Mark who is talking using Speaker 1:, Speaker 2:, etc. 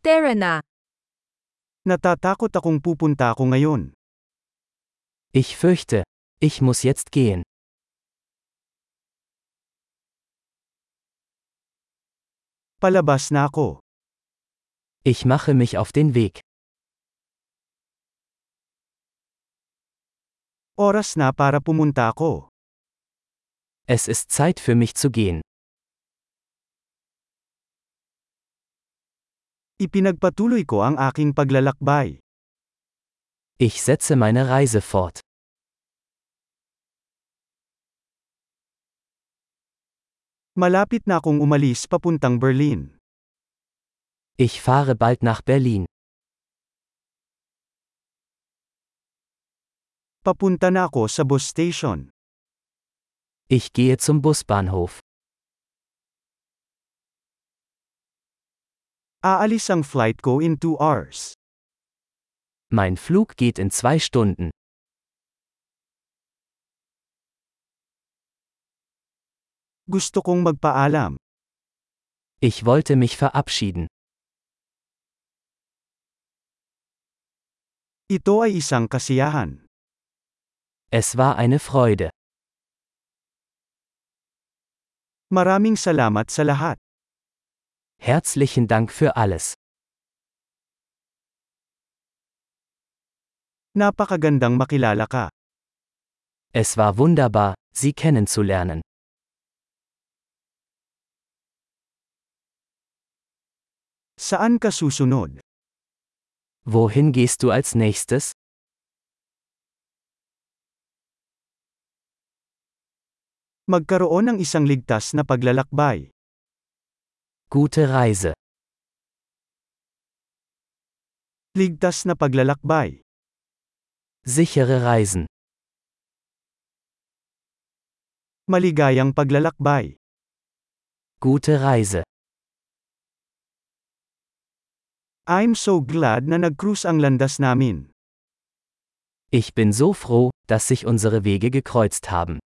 Speaker 1: Tara na.
Speaker 2: Natatakot akong pupunta ako ngayon.
Speaker 3: Ich fürchte, ich muss jetzt gehen.
Speaker 2: Palabas na ako.
Speaker 3: Ich mache mich auf den Weg.
Speaker 2: Oras na para pumunta ako.
Speaker 3: Es ist Zeit für mich zu gehen.
Speaker 2: Ipinagpatuloy ko ang aking paglalakbay.
Speaker 3: Ich setze meine Reise fort.
Speaker 2: Malapit na akong umalis papuntang Berlin.
Speaker 3: Ich fahre bald nach Berlin.
Speaker 2: Papunta na ako sa bus station.
Speaker 3: Ich gehe zum Busbahnhof.
Speaker 2: Aalis ang flight ko in 2 hours.
Speaker 3: Mein Flug geht in zwei Stunden.
Speaker 2: Gusto kong magpaalam.
Speaker 3: Ich wollte mich verabschieden.
Speaker 2: Ito ay isang kasiyahan.
Speaker 3: Es war eine Freude.
Speaker 2: Maraming salamat sa lahat.
Speaker 3: Herzlichen Dank für alles.
Speaker 2: Napakagandang makilala ka.
Speaker 3: Es war wunderbar, Sie kennenzulernen.
Speaker 2: Saan ka susunod?
Speaker 3: Wohin gehst du als nächstes?
Speaker 2: Magkaroon ng isang ligtas na paglalakbay.
Speaker 3: Gute Reise.
Speaker 2: Ligtas na paglalakbay.
Speaker 3: Sichere Reisen.
Speaker 2: Maligayang paglalakbay.
Speaker 3: Gute Reise.
Speaker 2: I'm so glad na nag-cruise ang landas namin.
Speaker 3: Ich bin so froh, dass sich unsere Wege gekreuzt haben.